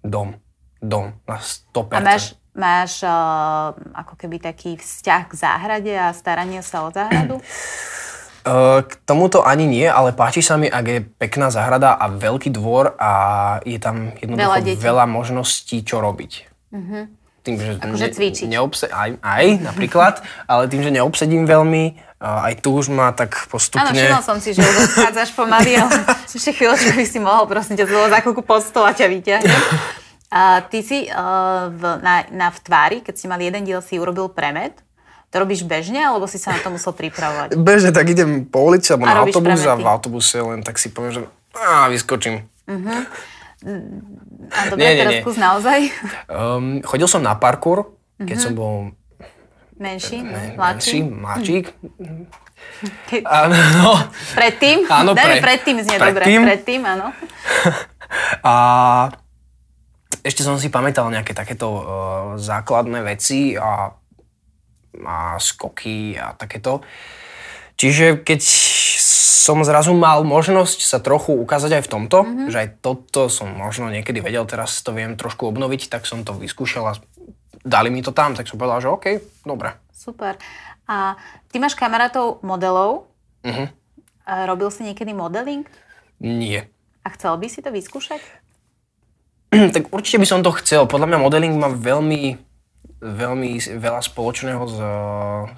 Dom. Dom. Na 100%. A máš, máš uh, ako keby taký vzťah k záhrade a staranie sa o záhradu? Eh, K tomuto ani nie, ale páči sa mi, ak je pekná zahrada a veľký dvor a je tam jednoducho Veľa veľa, detí. Mhm. veľa možností, čo robiť. Tým, že Akože cvičiť. neobse- aj, aj napríklad, ale tým, že neobsedím veľmi, eh, aj tu už ma tak Áno, postupne... všimol som si, že už odchádzaš pomaly, ale ešte chvíľočku by si mohol, prosím ťa, zlo za chvíľku pod stôl a ťa vyťahnem. A ty si uh, v, na, na v tvári, keď ste mali jeden diel, si urobil premet. To robíš bežne, alebo si sa na to musel pripravovať? Bežne tak idem po ulici alebo A na robíš autobus a práve v ty. autobuse len tak si poviem, že á, vyskočím. A dobre, Nie, nie, teraz nie. skús naozaj Um, chodil som na parkour, keď Mhm. som bol menší, ne, menší, mladší. mladšík. Keď- Áno. no. Predtým? Áno, Dajme pre- predtým znie dobre. predtým. Predtým, áno. A ešte som si pamätal nejaké takéto uh, základné veci a, a skoky a takéto. Čiže keď som zrazu mal možnosť sa trochu ukázať aj v tomto, mm-hmm. že aj toto som možno niekedy vedel, teraz to viem trošku obnoviť, tak som to vyskúšal a dali mi to tam, tak som povedal, že OK, dobre. Super. A ty máš kamarátov modelov. Mhm. A robil si niekedy modeling? Nie. A chcel by si to vyskúšať? tak určite by som to chcel. Podľa mňa modeling má veľmi, veľmi s- veľa spoločného s,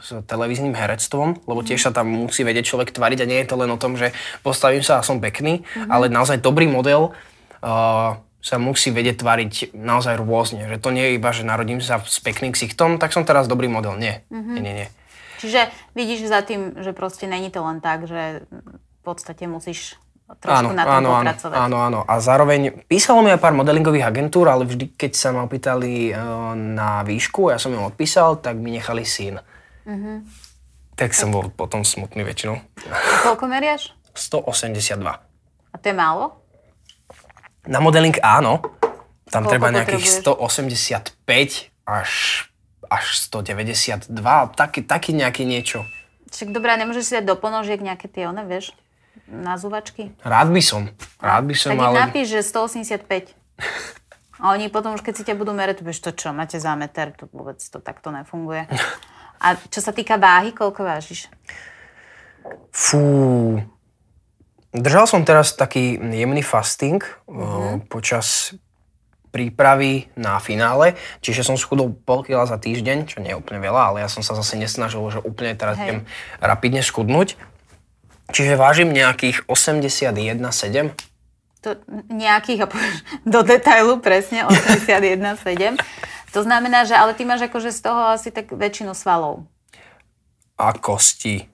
s televíznym herectvom, lebo tiež sa tam musí vedieť človek tvariť a nie je to len o tom, že postavím sa a som pekný, ale naozaj dobrý model uh, sa musí vedieť tvariť naozaj rôzne. Že to nie je iba, že narodím sa s pekným ksichtom, tak som teraz dobrý model. Nie, nie, nie. nie. Čiže vidíš za tým, že proste není to len tak, že v podstate musíš trošku na tom áno, áno, popracovať. áno, áno. A zároveň písalo mi aj pár modelingových agentúr, ale vždy, keď sa ma opýtali e, na výšku, ja som im odpísal, tak mi nechali syn. Mhm. Tak som bol potom smutný väčšinou. A koľko meriaš? 182. A to je málo? Na modeling áno, tam Koľko treba nejakých potrebuješ? 185 až, až 192, taký, taký nejaký niečo. Však dobré, nemôžeš si dať do ponožiek nejaké tie, one, vieš, nazúvačky? Rád by som, rád by som, Tak im ale... napíš, že 185. A oni potom už, keď si ťa budú merať, tu budeš to čo, máte za meter, to vôbec to takto nefunguje. A čo sa týka váhy, koľko vážiš? Fú. Držal som teraz taký jemný fasting uh Mhm. počas prípravy na finále, čiže som schudol pol kila za týždeň, čo nie je úplne veľa, ale ja som sa zase nesnažil, že úplne teraz Hej. idem rapidne schudnúť. Čiže vážim nejakých 81,7. To nejakých, a povieš, do detailu presne, 81,7. To znamená, že ale ty máš akože z toho asi tak väčšinu svalov. A kosti.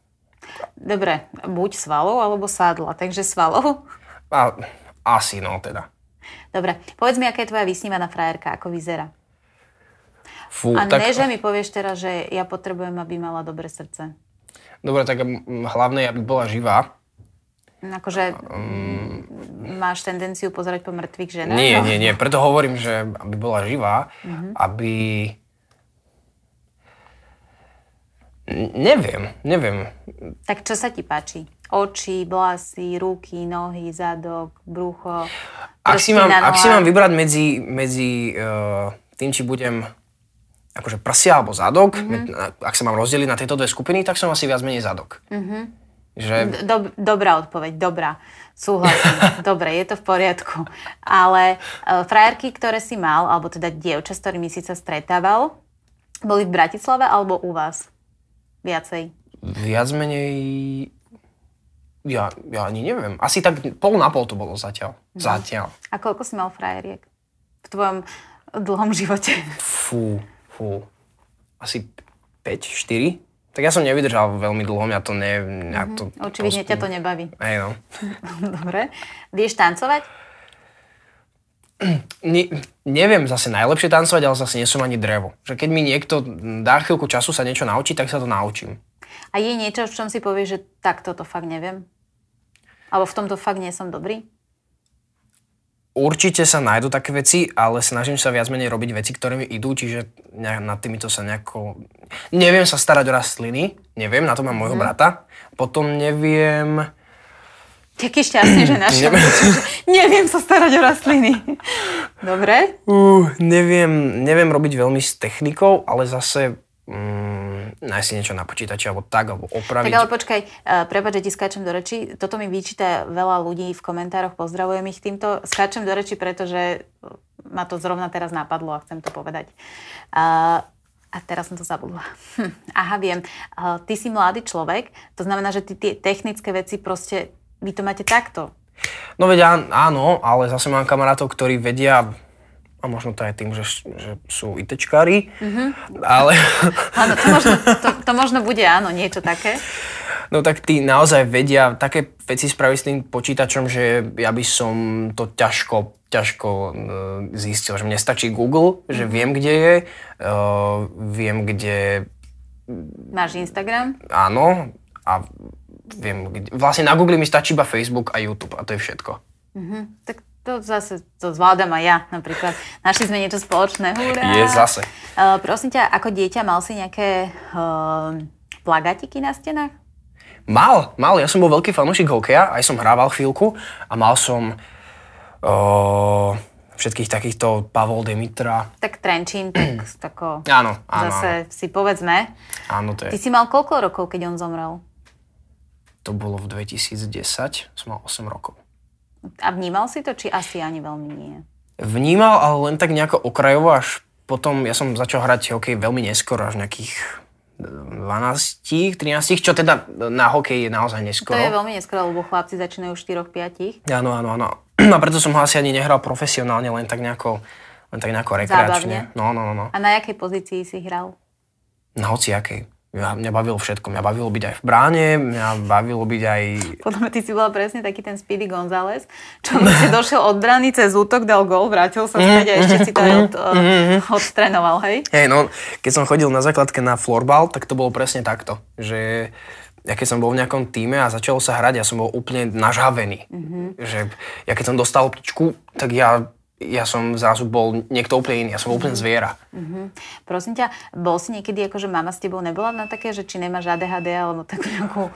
Dobre, buď svalov, alebo sádla, takže svalov. A, asi no teda. Dobre, povedz mi, aká je tvoja vysnívaná frajerka, ako vyzerá. Fú, A tak, ne, že mi povieš teraz, že ja potrebujem, aby mala dobré srdce. Dobre, tak mm, hlavne, aby bola živá. Akože mm, máš tendenciu pozerať po mŕtvych ženách? um, Nie, no? nie, nie. Preto hovorím, že aby bola živá, aby... N- Neviem, neviem. Tak čo sa ti páči? Oči, vlasy, ruky, nohy, zadok, brucho. Ak si, mám, prstina, ak noha. si mám vybrať medzi, medzi uh, tým, či budem akože prsia alebo zadok, med- a- ak sa mám rozdeliť na tieto dve skupiny, tak som asi viac menej zadok. Že D- Dob- dobrá odpoveď, dobrá. Súhlasím. Dobre, je to v poriadku. Ale e, frajerky, ktoré si mal, alebo teda dievča, s ktorými si sa stretával, boli v Bratislave alebo u vás? Viacej. viac menej... Ja, ja ani neviem. Asi tak pol na pol to bolo zatiaľ. Zatiaľ. A koľko si mal frajeriek v tvojom dlhom živote? Fú, fú. Asi 5, 4. Tak ja som nevydržal veľmi dlho, mňa to ne... Mňa to, Mhm, Očividne ťa to nebaví. Hej no. Dobre. Vieš tancovať? Ne, neviem zase najlepšie tancovať, ale zase nie som ani drevo. Že keď mi niekto dá chvíľku času sa niečo naučí, tak sa to naučím. A je niečo, v čom si povieš, že tak toto fakt neviem? Alebo v tomto fakt nie som dobrý? Určite sa nájdú také veci, ale snažím sa viac menej robiť veci, ktoré mi idú, čiže ne, nad týmito sa nejako... Neviem sa starať o rastliny, neviem, na to mám môjho Mhm. brata. Potom neviem... Taký šťastný, že našiel. Neviem. neviem sa starať o rastliny. Dobre. Uh, neviem, neviem robiť veľmi s technikou, ale zase mm, nájsť si niečo na počítači alebo tak, alebo Tak opraviť. ale počkaj, uh, prepáč, že ti skáčem do reči. Toto mi vyčíta veľa ľudí v komentároch, pozdravujem ich týmto. Skáčem do reči, pretože e, ma to zrovna teraz napadlo a chcem to povedať. Uh, a teraz som to zabudla. Hm, aha, viem. Uh, ty si mladý človek, to znamená, že ty tie technické veci proste, vy to máte takto. No veď á- áno, ale zase mám kamarátov, ktorí vedia a možno to aj tým, že, že sú ITčkári, Mhm. mm-hmm. ale Áno, to možno, to, to možno bude áno, niečo také. no tak tí naozaj vedia také veci spraviť s tým počítačom, že ja by som to ťažko ťažko e, zistil, že mne stačí Google, že Mhm. viem, kde je, e, viem, kde Máš Instagram? áno a viem, kde... Vlastne na Google mi stačí iba Facebook a YouTube a to je všetko. Mhm. Tak to zase to zvládam aj ja napríklad. Našli sme niečo spoločné. Hurá. Je zase. Uh, prosím ťa, ako dieťa mal si nejaké uh, plagátiky na stenách? Mal, mal. Ja som bol veľký fanúšik hokeja, aj som hrával chvíľku a mal som o, všetkých takýchto Pavol Demitra. Tak Trenčín, tak tako, Áno, áno, áno. zase si povedzme. áno to, Ty je, si mal koľko rokov, keď on zomrel? to bolo v 2010, som mal 8 rokov. A vnímal si to, či asi ani veľmi nie? Vnímal, ale len tak nejako okrajovo, až potom ja som začal hrať hokej veľmi neskoro, až nejakých 12, 13, čo teda na hokej je naozaj To neskoro. je veľmi neskoro, lebo chlapci začínajú 4-5. Áno, áno, áno. A preto som ho asi ani nehral profesionálne, len tak nejako, len tak nejako rekreačne. Zábavne. No, no, no, no. A na jakej pozícii si hral? Na hociakej. Ja, mňa bavilo všetko. Mňa bavilo byť aj v bráne, mňa bavilo byť aj... Podľa mňa ty si bola presne taký ten Speedy González, čo si došiel od brany cez útok, dal gol, vrátil sa späť a ešte si to aj od, Mhm, eh, odtrénoval, hej? Hej, no, keď som chodil na základke na florbal, tak to bolo presne takto, že ja keď som bol v nejakom týme a začalo sa hrať, ja som bol úplne Mhm. nažhavený. Mm-hmm. Že ja keď som dostal pičku, tak ja, ja som zrazu bol niekto úplne iný, ja som bol úplne zviera. Mhm. Prosím ťa, bol si niekedy ako, že mama s tebou nebola na také, že či nemáš ADHD alebo takú nejakú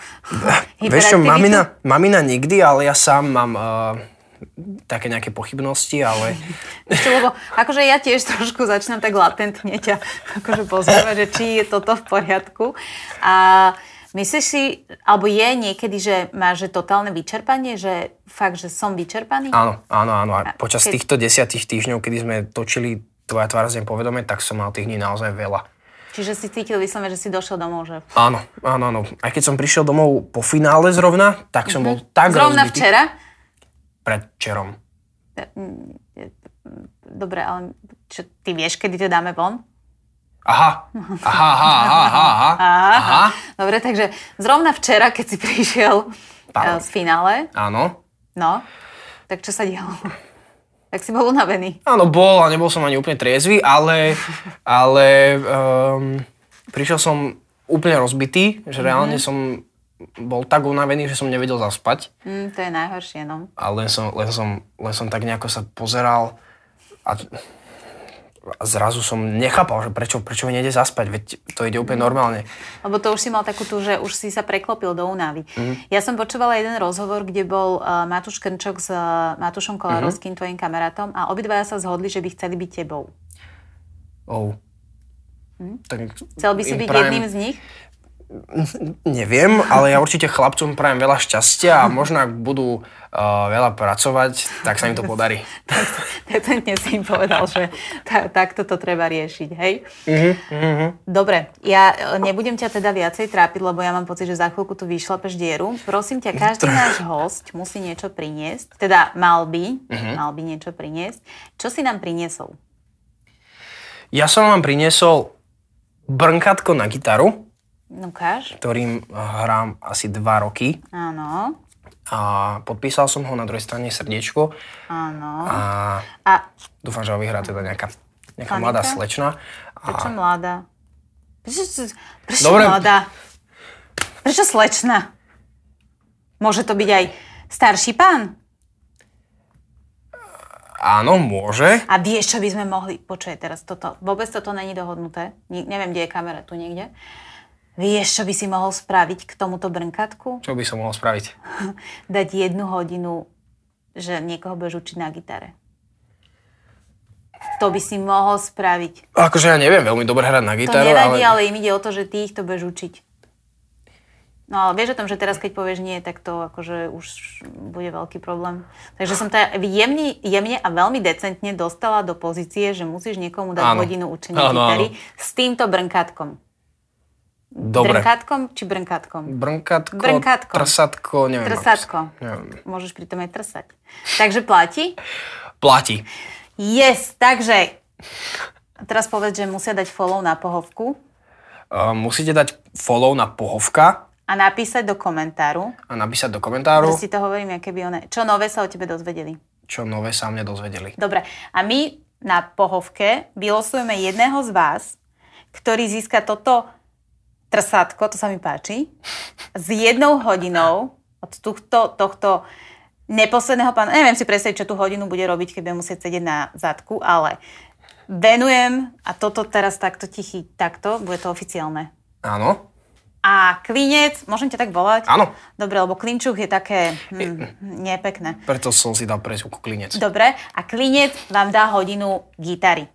Vieš čo, hyperaktivitu? mamina, mamina nikdy, ale ja sám mám uh, také nejaké pochybnosti, ale Ešte, lebo akože ja tiež trošku začnem tak latentne ťa akože pozorovať, že či je toto v poriadku. A myslíš si, alebo je niekedy, že máš že totálne vyčerpanie, že fakt, že som vyčerpaný? áno, áno, áno. A počas keď- týchto desiatich týždňov, kedy sme točili Tvoja tvár zem povedome, tak som mal tých dní naozaj veľa. Čiže si cítil vyslovene, že si došiel domov, že... Áno, áno, áno. Aj keď som prišiel domov po finále zrovna, tak som bol tak Mhm. Zrovna rozbitý. včera? Pred včerom. Dobre, ale čo, ty vieš, kedy to dáme von? Aha, aha, aha, aha, aha, aha, aha. Dobre, takže zrovna včera, keď si prišiel Pardon. eh, z finále, Áno. No, tak čo sa dialo? Tak si bol unavený. Áno, bol a nebol som ani úplne triezvy, ale, ale um, prišiel som úplne rozbitý, Mhm. že reálne som bol tak unavený, že som nevedel zaspať. Mm, to je najhoršie, no. A len som, len som, len som tak nejako sa pozeral a, a zrazu som nechápal, že prečo, prečo mi nejde zaspať, veď to ide Mhm. úplne normálne. Lebo to už si mal takú tú, že už si sa preklopil do únavy. Mhm. Ja som počúvala jeden rozhovor, kde bol uh, Matúš Krnčok s uh, Matúšom Mhm. Kolarovským, tvojim kamarátom, a obidvaja sa zhodli, že by chceli byť tebou. Oh. Tak Mhm. Chcel by si im byť prajem- jedným z nich? Neviem, ale ja určite chlapcom prajem veľa šťastia a možno ak budú uh, veľa pracovať, tak sa im to podarí. Tak decentne si im povedal, že tá- takto to treba riešiť, hej? Dobre, ja e, nebudem ťa teda viacej trápiť, lebo ja mám pocit, že za chvíľku tu vyšlapeš dieru. Prosím ťa, každý náš host musí niečo priniesť, teda mal by, mal by niečo priniesť. Čo si nám priniesol? Ja som vám priniesol brnkátko na gitaru, No ukáž? ktorým hrám asi 2 roky Áno, a podpísal som ho na druhej strane srdiečko áno. a A dúfam, že ho vyhrá teda nejaká, nejaká mladá Panika? slečna. prečo A mladá? Prečo, prečo Dobre. mladá? Prečo slečna? Môže to byť aj starší pán? áno, môže. A vieš, čo by sme mohli... Počuj, teraz toto... Vôbec toto není dohodnuté. Ni- neviem, kde je kamera. Tu niekde. Vieš, čo by si mohol spraviť k tomuto brnkatku? Čo by som mohol spraviť? Dať jednu hodinu, že niekoho budeš učiť na gitare. To by si mohol spraviť. Akože ja neviem veľmi dobre hrať na To gitaru, nevadí, ale... ale... im ide o to, že ty ich to budeš učiť. No ale vieš o tom, že teraz keď povieš nie, tak to akože už bude veľký problém. Takže som teda jemne, jemne a veľmi decentne dostala do pozície, že musíš niekomu dať Áno. hodinu učenia Áno, gitary s týmto brnkátkom. Dobre. Brnkátkom či brnkátkom? Brnkátko, Brnkátko. trsatko, neviem. ako sa- Trsátko. neviem. Môžeš pritom aj trsať. Takže platí? Platí. Yes, takže... Teraz povedz, že musia dať follow na pohovku Uh, musíte dať follow na pohovka a napísať do komentáru, a napísať do komentáru, že si to hovorím, aké by one... Čo nové sa o tebe dozvedeli. čo nové sa o mne dozvedeli. Dobre, a my na pohovke vylosujeme jedného z vás, ktorý získa toto trsátko, to sa mi páči, s jednou hodinou od tohto, tohto neposledného pána, neviem si presne, čo tú hodinu bude robiť, keď bude musieť sedieť na zadku, ale venujem, a toto teraz takto tichý, takto, bude to oficiálne. Áno, A klinec, môžem ťa tak volať? áno. Dobre, lebo klinčuch je také hm, nepekné. Preto som si dal prezvuku klinec. Dobre, a klinec vám dá hodinu gitary.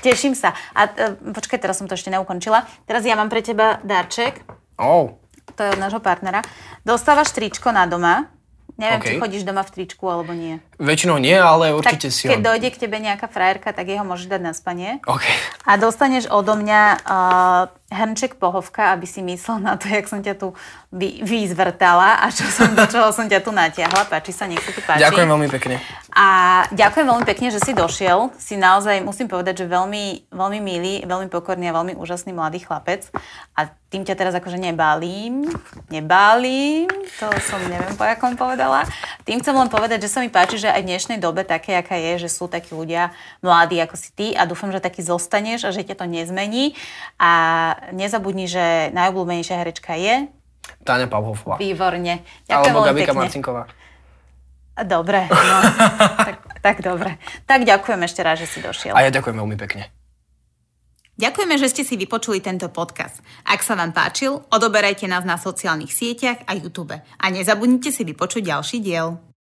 Teším sa. A e, počkaj, teraz som to ešte neukončila. Teraz ja mám pre teba darček, Oh, to je od nášho partnera. Dostávaš tričko na doma. Neviem, okay. či Okej. chodíš doma v tričku alebo nie. väčšinou nie, ale tak, určite si keď ho... dojde k tebe nejaká frajerka, tak jeho môžeš dať na spanie. OK. A dostaneš odo mňa uh, hrnček pohovka, aby si myslel na to, jak som ťa tu vy, vyzvrtala a čo som, do čoho som ťa tu natiahla. Páči sa, nech sa ti páči. Ďakujem veľmi pekne. A ďakujem veľmi pekne, že si došiel. Si naozaj, musím povedať, že veľmi, veľmi milý, veľmi pokorný a veľmi úžasný mladý chlapec. A tým ťa teraz akože nebálím. Nebálím. To som neviem, po jakom povedala. Tým chcem len povedať, že sa mi páči, že aj v dnešnej dobe také, aká je, že sú takí ľudia mladí ako si ty a dúfam, že taký zostaneš a že ťa to nezmení. A nezabudni, že najobľúbenejšia herečka je. Táňa Pavhovová. Výborne. Ďakujem Alebo veľmi Gabika pekne. Marcinková. Dobre, no, tak, tak dobre. Tak ďakujem ešte raz, že si došiel. A ja ďakujem veľmi pekne. Ďakujeme, že ste si vypočuli tento podcast. Ak sa vám páčil, odoberajte nás na sociálnych sieťach a YouTube. A nezabudnite si vypočuť ďalší diel.